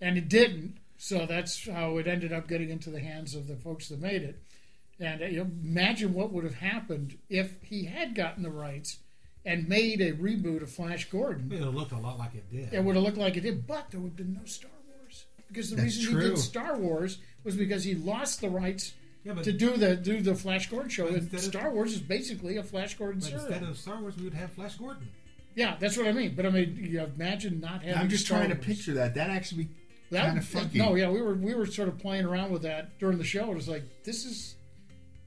and it didn't. So that's how it ended up getting into the hands of the folks that made it. And uh, you know, imagine what would have happened if he had gotten the rights and made a reboot of Flash Gordon.
it looked a lot like it did.
it would have looked like it did, but there would have been no Star Wars because the
That's
reason he
true.
did Star Wars was because he lost the rights
Yeah, but-
to do the do the Flash Gordon show. And
instead of-
Star Wars is basically a Flash Gordon
but
series.
instead of Star Wars, we would have Flash Gordon.
yeah, that's what I mean. But I mean, you imagine not having.
I'm just
Star
trying to
Wars.
picture that. That actually
That-
kind of funky.
No, yeah, we were we were sort of playing around with that during the show. It was like this is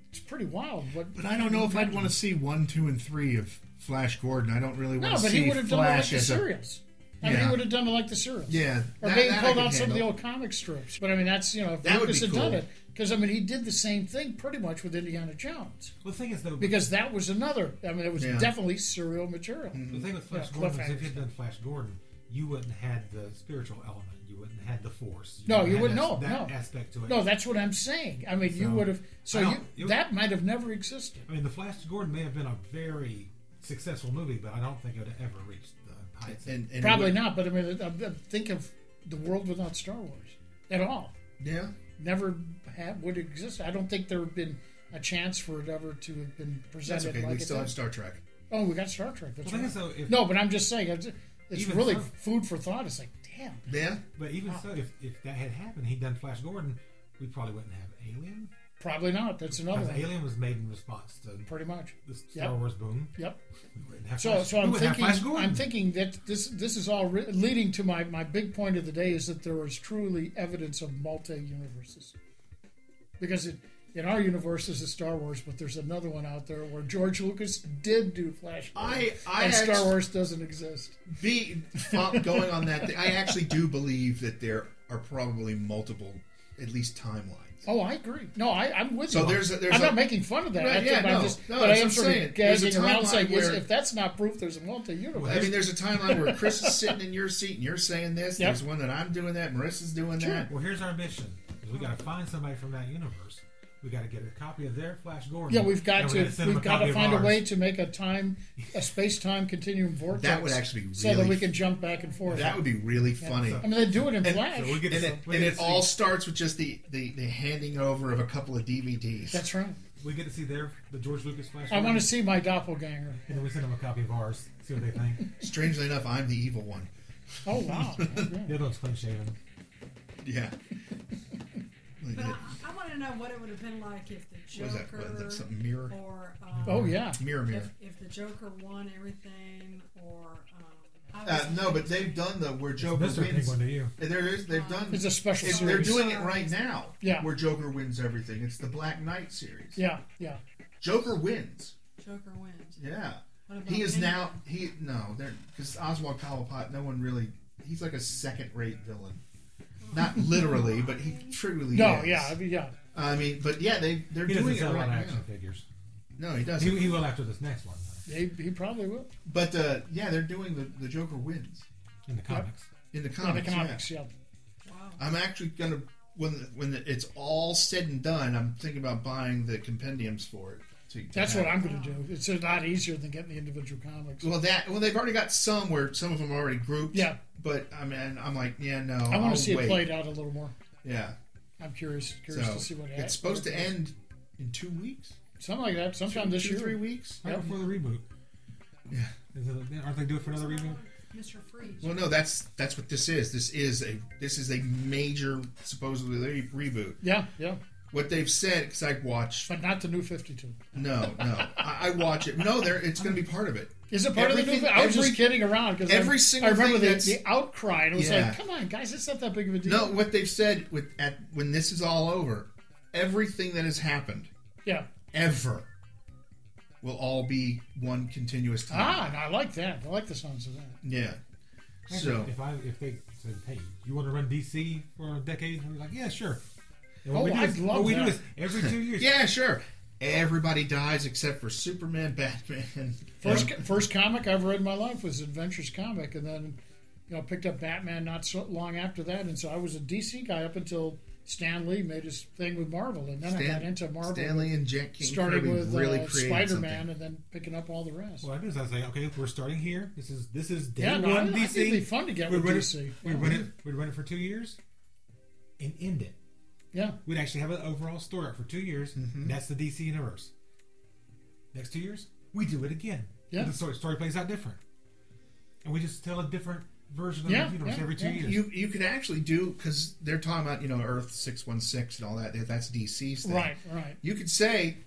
it's pretty wild. But
But I don't know if I'd want to see one, two, and three of Flash Gordon. I don't really want
no,
to
but
see
he would have done it like
Flash
the
as a
serials. I mean, he
Yeah.
would have done it like the serials.
yeah.
Or
that-
maybe
that I
pulled
could
out some of the
handle.
old comic strips. But I mean, that's you know, if
That would
Lucas
be
had
cool.
done it, because I mean, he did the same thing pretty much with Indiana Jones,
Well, the thing is, though,
because that was another. I mean, it was
Yeah. Mm-hmm.
definitely serial material.
the thing with Flash
Yeah,
Gordon is if
cliffhangers.
you had done Flash Gordon, you wouldn't have had the spiritual element. You wouldn't have had the force.
No, you
had
wouldn't-
that-
no,
that
no.
aspect to it.
No, that's what I'm saying. I mean, you
So-
would have. So
I
you,
don't- it was-
that might have never existed.
I mean, the Flash Gordon may have been a very successful movie, but I don't think it ever reached the heights.
And, and
Probably
it
not. But I mean, I- I think of the world without Star Wars at all.
would- Yeah.
Never had, would exist. I don't think there would been a chance for it ever to have been
That's
presented
okay.
like
we
it
still have
does.
Star Trek.
Oh, we got Star Trek. That's
Well, I
right.
guess so, if-
no, but I'm just saying, it's it's
Even
really
so-
food for thought. It's like, damn.
Yeah.
but even so, if, if that had happened, he'd done Flash Gordon, we probably wouldn't have Alien.
Probably not. That's another
Because
one.
Alien was made in response to
Pretty much.
the
Yep.
Star Wars boom.
Yep.
We wouldn't have
So,
Flash-
so
we
I'm
wouldn't have
thinking.
Flash Gordon.
I'm thinking that this this is all re- leading to my, my big point of the day is that there is truly evidence of multi universes, because it, in our universe this is Star Wars, but there's another one out there where George Lucas did do Flash, Gordon,
I- I
and Star
actu-
Wars doesn't exist.
Be fo- going on that. Thing, I actually do believe that there are probably multiple, at least timelines.
Oh, I agree. No, I, I'm with
So
you.
there's a- there's
I'm
a-
not making fun of that.
Right,
I think
yeah,
I'm
no,
just,
no,
but I
that's what
am
I'm
sort of
saying. There's a
gagging around
timeline
saying, yes,
where-
if that's not proof, there's a multi-universe.
I mean, there's a timeline where Chris is sitting and you're sitting, you're saying this.
Yep.
There's one that I'm doing that. Marissa's doing that.
Well, here's our mission: is we got to find somebody from that universe. We got to get a copy of their Flash Gordon.
Yeah, we've got
and we're
to
gonna send them
we've
a
got
copy
to
of
find a
ours.
way to make a time a space time continuum vortex.
That would actually be
so that
really
we can jump back and forth.
That would be really funny.
I mean, they do it in Flash.
So we get
And
to,
it,
we
and
get
it
to see-
all starts with just the, the, the handing over of a couple of DVDs.
That's right.
we get to see their the George Lucas Flash.
I want
Gordon,
to see my doppelganger.
And then we send them a copy of ours. See what they think.
Strangely enough, I'm the evil one.
Oh wow!
the other one's clean shaven.
Yeah.
But I, I want to know what it would have been like if the
was
Joker
that? What is that, something mirror?
or um,
Oh yeah.
Mirror, mirror.
if, if the Joker won everything or um, I
Uh,
was-
no, but they've done the where Joker
Mr. Pink
wins.
one to you.
There is they've done.
It's a special
it- they're
series.
doing it right now.
Yeah.
Where Joker wins everything. It's the Black Knight series.
Yeah, yeah.
Joker wins.
Joker wins.
Yeah.
What about
He is
him?
now he no they're because Oswald Cobblepot. No one really. He's like a second-rate villain. Not literally, but he truly.
No,
is.
yeah, I mean, yeah.
I mean, but yeah, they they're
He doesn't
doing it
sell a
right
lot of
now.
action figures.
No, he doesn't.
He, he will after this next one though,
He, he probably will.
But uh, yeah, they're doing the, the Joker wins
in the comics.
in the
On
comics.
economics,
yeah.
yeah.
Wow.
I'm actually gonna when the, when the, it's all said and done, I'm thinking about buying the compendiums for it. to- to
That's
have.
what I'm going to do. It's a lot easier than getting the individual comics.
Well, that well, they've already got some where some of them are already grouped.
Yeah.
But I mean, I'm like, yeah, no.
I want
I'll
to see
Oh, wait.
it played out a little more.
Yeah.
I'm curious,
So
curious to see what
it's supposed to end in two weeks,
Something like that, sometime
two,
this
two,
year.
three weeks.
Right
Yep.
before the reboot.
Yeah.
Is it, aren't they due for another reboot?
Mr. Freeze.
Well, no, that's that's what this is. This is a this is a major supposedly re- reboot.
Yeah, yeah.
What they've said, because I watch.
But not the new 52.
No, no, I, I watch it. No, there. It's going to be part of it.
Is it part of the
Everything-
new? I was
every-
just kidding around because
every
I,
single
I remember
thing
the,
that's-
the outcry. And it was
Yeah.
like, come on, guys, it's not that big of a deal.
No, what they've said with at when this is all over, everything that has happened
Yeah.
ever will all be one continuous
Ah,
time.
and I like that. I like the sounds of that.
Yeah. So
if I if they said, "Hey, you want to run DC for a decade?" I'm like, "Yeah, sure." And
Oh,
we do
I'd
is-
love
what we
that.
do is every two years.
yeah, sure. Everybody dies except for Superman, Batman.
First,
Yeah.
first comic I've read in my life was Adventures comic, and then you know picked up Batman not so long after that, and so I was a DC guy up until Stan Lee made his thing with Marvel, and then I got into Marvel,
Stanley and Jack King
starting
Kirby
with
really
uh,
created
Spider
something.
Man, and then picking up all the rest.
What I do is I say, "Okay, we're starting here. This is this is day
yeah, no, I,
one
I think
DC.
it'd be fun to get
we'd
with
run
DC.
it. We'd run it. We'd run it for two years, and end it.
Yeah,
We'd actually have an overall story arc for two years.
Mm-hmm.
and that's the DC universe. Next two years, we do it again.
Yeah.
the story, story plays out different, and we just tell a different version of
Yeah,
the universe
yeah,
every two
yeah.
years.
You you could actually do because they're talking about you know Earth six one six and all that. That's DC's thing.
right, right.
You could say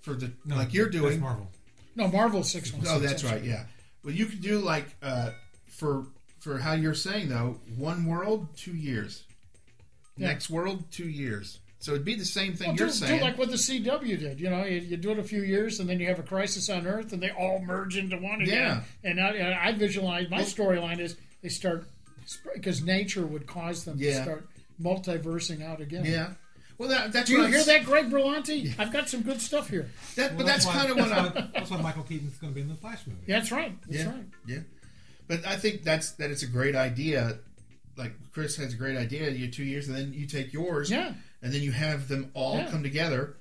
for the
No,
like you're
that's
doing.
Marvel.
No, Marvel six one six.
Oh, that's right. Yeah. Well, you could do like uh, for for how you're saying though, one world, two years.
Yeah.
Next world, two years. So it'd be the same thing
Well,
you're
do, do
saying.
like what the CW did. You know, you, you do it a few years, and then you have a crisis on Earth, and they all merge into one again.
Yeah.
And I, and I visualize my storyline is they start because nature would cause them to
Yeah.
start multiversing out again.
yeah. Well, that, that's
Do you
what I'm
hear
s-
that, Greg Berlanti? I've got some good stuff here.
that-
Well,
but that's,
why-
kind of what I'm.
why- That's why Michael Keaton's going to be in the Flash movie.
Yeah, that's right. That's
Yeah.
right.
Yeah. But I think that's that it's a great idea. Like Chris has a great idea. You have two years, and then you take yours,
Yeah.
and then you have them all
Yeah.
come together,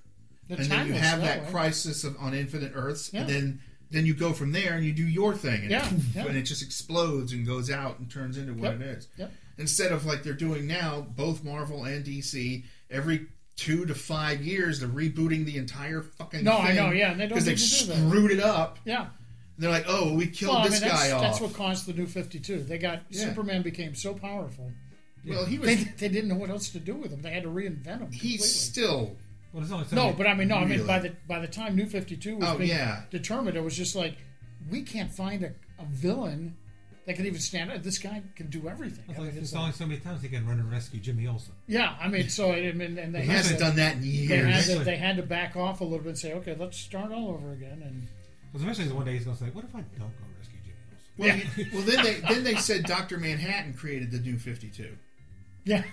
The
and then you
timeless
have that
way.
crisis of, on Infinite Earths, and
Yeah.
then then you go from there and you do your thing, and,
Yeah, yeah.
and it just explodes and goes out and turns into what
Yep,
it is.
yep.
Instead of like they're doing now, both Marvel and DC every two to five years, they're rebooting the entire fucking.
No, I
thing
know, yeah, and they
because
don't
they
need to do that.
screwed it up.
Yeah.
And they're like, oh, we killed
Well, I
this
mean, that's,
guy off.
that's what caused the new 52. They got
Yeah.
Superman became so powerful.
well, he was.
They, they didn't know what else to do with him. They had to reinvent him. completely.
he's still
Well, there's only so
No,
many-
but I mean, no, I mean, by
Really?
the by the time New Fifty Two was
Oh,
being
yeah.
determined, it was just like we can't find a, a villain that can even stand. up. This guy can do everything.
It's
I mean,
like,
it's
there's
like-
only so many times he can run and rescue Jimmy Olsen.
yeah, I mean, so I mean, and they
he
had
hasn't
to,
done that in
They had,
years.
to, they had to back off a little bit and say, okay, let's start all over again. And
Because eventually, one day he's going to say, "What if I don't go rescue Jimmy Olsen?"
Well, you- well, then they then they said Doctor Manhattan created the new Fifty Two.
yeah,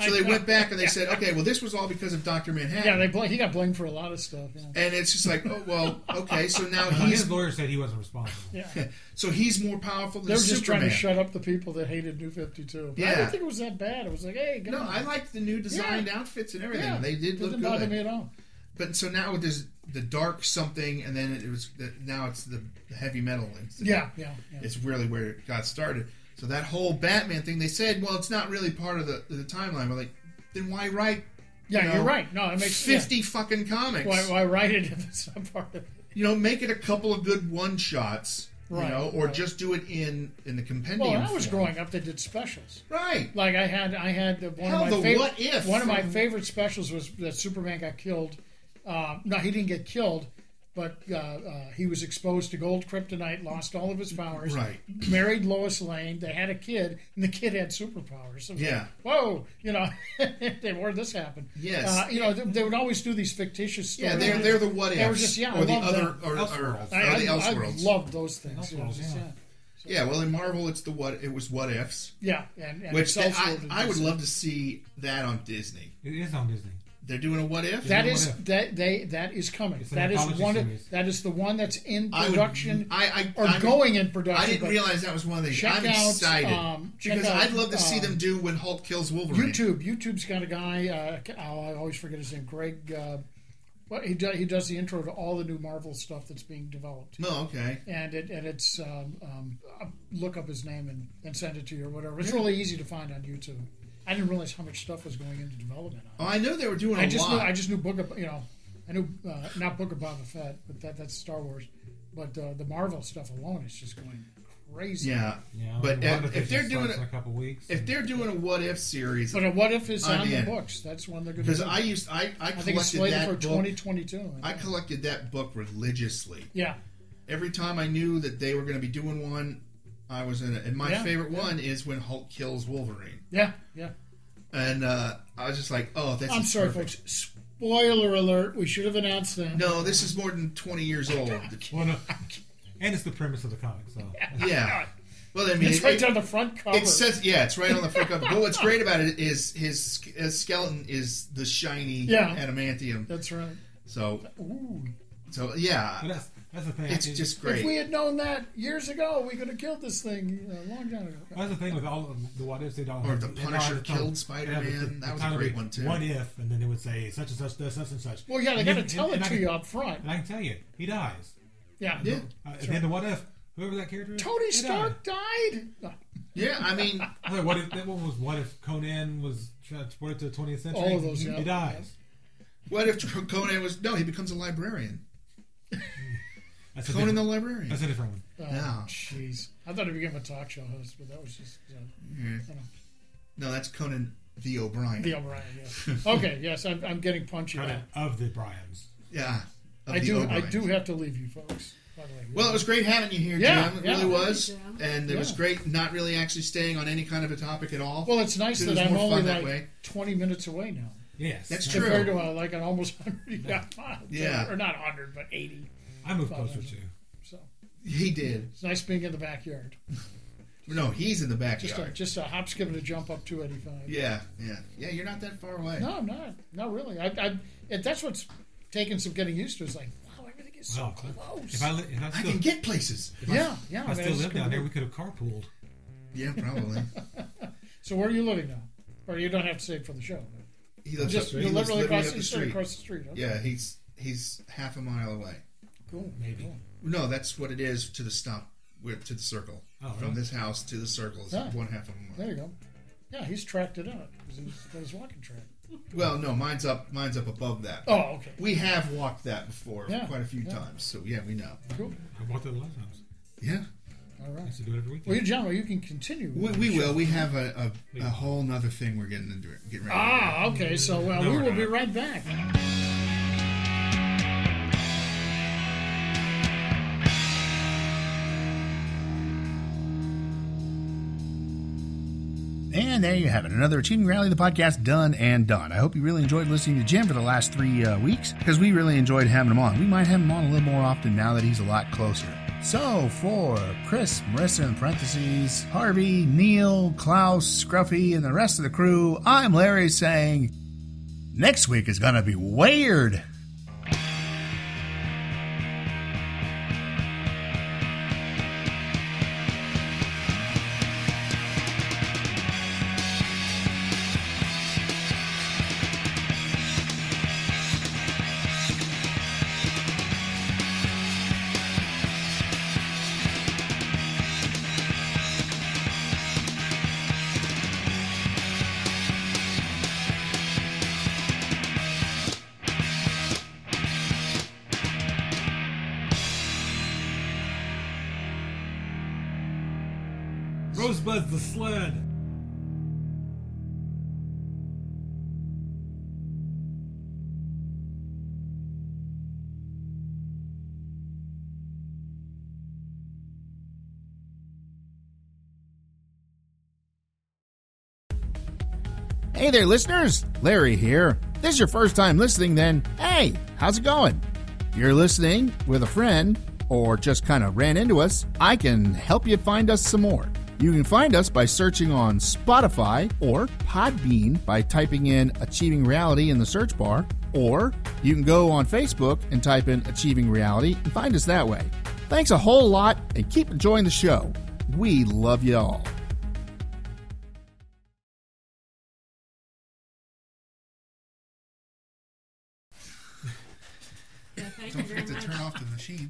So they went back and they said, okay, well, this was all because of Doctor Manhattan.
yeah, they bl- he got blamed for a lot of stuff. Yeah,
and it's just like, oh well, okay, so now
Well,
he's
his lawyer said he wasn't responsible.
yeah.
so he's more powerful than
they were just
Superman.
trying to shut up the people that hated New Fifty Two. I
Yeah.
didn't think it was that bad. It was like, hey,
no, I liked the new designed
Yeah.
outfits and everything. They did
not
look
bother
good.
me at all.
But so now there's the dark something, and then it was the, now it's the heavy metal. It's,
Yeah, yeah, yeah.
it's really where it got started. So that whole Batman thing, they said, well, it's not really part of the, the timeline. We're like, then why write
yeah,
you know,
you're right. No, it makes yeah.
fifty fucking comics?
Why, why write it if it's not part of it?
You know, make it a couple of good one shots.
Right,
you know, or
right.
just do it in in the compendium.
Well, when I was
form.
growing up, they did specials.
Right.
Like I had, I had the- one
Hell,
of my
the
favorite.
What Mm-hmm. If
One of my
from-
favorite specials was that Superman got killed. Uh, no, he didn't get killed, but uh, uh, he was exposed to gold kryptonite, lost all of his powers.
Right.
Married Lois Lane. They had a kid, and the kid had superpowers. So it was
Yeah.
like, Whoa, you know, they where'd this happen?
Yes.
Uh, you know, they, they would always do these fictitious
Yeah,
stories.
they're they're the what ifs.
They were just- yeah, I
or the
love
other or, or,
Elseworlds.
or the
I, I,
Elseworlds.
love those things. you know,
Elseworlds,
just,
yeah.
yeah.
yeah, well, in Marvel, it's the what it was what ifs,
Yeah, and, and
which
it's
I,
also-
I would love to see that on Disney.
It is on Disney.
They're doing a what if.
That
Yeah,
is
what if?
that they that is coming.
It's an
That is
anthology
one.
series.
Of, that is the one that's in
I would-
production
I, I,
or
I'm-
going in production.
I didn't
but
realize that was one of the things.
Check
I'm
out,
excited
um, check
because
out,
I'd love to see
um,
them do when Hulk kills Wolverine.
YouTube. YouTube's got a guy. Uh, oh, I always forget his name. Greg. Uh, what he does. He does the intro to all the new Marvel stuff that's being developed.
No, Oh, okay.
And it and it's um, um, I'll look up his name and, and send it to you or whatever. It's really easy to find on YouTube. I didn't realize how much stuff was going into development. On it.
Oh, I know they were doing a
I just knew,
lot.
I just knew Book of you know I knew uh, not Book of Boba Fett, but that that's Star Wars. But uh, the Marvel stuff alone is just going crazy.
yeah,
Yeah,
but
I wonder
if, if
it
they're doing
starts in
a,
a couple weeks,
if
and-
they're doing a what if series,
But uh, what if is
Oh,
on
yeah.
the books? That's when they're going to.
because I used I I
I think it's
collected
slated
that
for
book.
2022.
I collected that book religiously.
yeah,
every time I knew that they were going to be doing one, I was in it. And my
Yeah,
favorite one is when Hulk kills Wolverine.
yeah, yeah.
And uh, I was just like, oh, that's
I'm sorry, folks. Spoiler alert! We should have announced that.
No, this is more than 20 years old.
well, no, and it's the premise of the comic, so
yeah. Well, I mean,
it's
it,
right
it-
down the front cover.
it says, yeah, it's right on the front cover. But what's great about it is his, his skeleton is the shiny
Yeah.
adamantium.
that's right.
So,
Ooh.
so
but
yeah,
that's that's the thing.
it's
It-
just
If we
great.
had known that years ago, we could have killed this thing a long time ago.
That's the thing with all of the what ifs they don't.
Or the
they don't
Punisher
have the time-
killed
they have
Spider-Man, that
the- the
was a
time to
great
be,
one, too.
What if, and then they would say such and such does such and such.
Well, yeah, they
And
got to
you-
tell
and-
it
and I
to
can-
you up front.
And I can tell you, he dies.
Yeah,
Yeah.
Uh, At the end of what if, whoever that character is,
Tony
he died.
Stark died. Oh, No.
Yeah, I mean,
I mean, what if that one was what if Conan was transported to the 20th century?
All of those, yeah.
He dies.
what if Conan was. No, he becomes a librarian.
That's a
Conan
different,
the librarian.
that's a different one.
Oh,
Yeah.
jeez. I thought he became a talk show host, but that was just uh, you know,
No, that's Conan the O'Brien.
the O'Brien. Yeah. Okay. Yes, I'm, I'm getting punchy. now.
Conan of the Bryans.
Yeah. of
I
the
do. I
O'Briens.
do have to leave you folks. By the way.
Well, it was great having you here,
Yeah,
Jim. It
yeah.
really was,
Thank you, Jim.
and it was
Yeah.
great not really actually staying on any kind of a topic at all.
Well, it's nice
It
that
was
I'm
more
only
fun that
like
way.
20 minutes away now.
Yes.
That's
I-
True.
Compared to uh, like an almost 100 miles.
Yeah.
Or not 100, but 80.
I moved closer to.
So
he did.
it's nice being in the backyard.
No, he's in the
Just
backyard.
a, just a hop, skip, and a jump up 285.
yeah, yeah, yeah. You're not that far away.
No, I'm not. Not really. I, I, it, that's what's taken some getting used to. Is like, wow, everything is so
Wow.
close.
If I, li- if I
I
still,
can get places.
if I-
yeah, yeah.
if I
that
still
is
lived down
good.
there, we could have carpooled.
Yeah, probably.
So where are you living now? Or you don't have to say it for the show.
He lives
Just
up-
you're
he lives
literally across
up
the street. Across the street. Okay.
Yeah, he's he's half a mile away.
Cool.
Maybe.
Cool.
No, that's what it is to the stop, we're- to the circle.
Oh,
From
really?
this house to the circle is
Yeah.
one half of a
There
mile.
you go. Yeah, he's tracked it out because he's got his walking track.
Well, no, mine's up. Mine's up above that.
Oh, okay.
We have walked that before
Yeah,
quite a few
yeah.
times, so yeah, we know.
Cool.
I walked there the last time.
Yeah,
All
I
right.
used to do it every weekend.
Well, you gentlemen, you can continue.
we,
with
we
the show.
will. We have a, a, a whole nother thing we're getting into. Getting ready. to do.
Ah, okay. So well,
No,
we
we're
will be
not.
right back.
And there you have it, another Achieving Rally, the podcast done and done. I hope you really enjoyed listening to Jim for the last three uh, weeks because we really enjoyed having him on. We might have him on a little more often now that he's a lot closer. So for Chris, Marissa in parentheses, Harvey, Neil, Klaus, Scruffy, and the rest of the crew, I'm Larry saying next week is going to be weird.
Rosebud's the sled.
Hey there, listeners! Larry here. If this is your first time listening, then hey, how's it going? You're listening with a friend or just kind of ran into us, I can help you find us some more. You can find us by searching on Spotify or Podbean by typing in Achieving Reality in the search bar, or you can go on Facebook and type in Achieving Reality and find us that way. Thanks a whole lot and keep enjoying the show. We love you all.
Yeah, thank you very
to
much.
turn off the machine.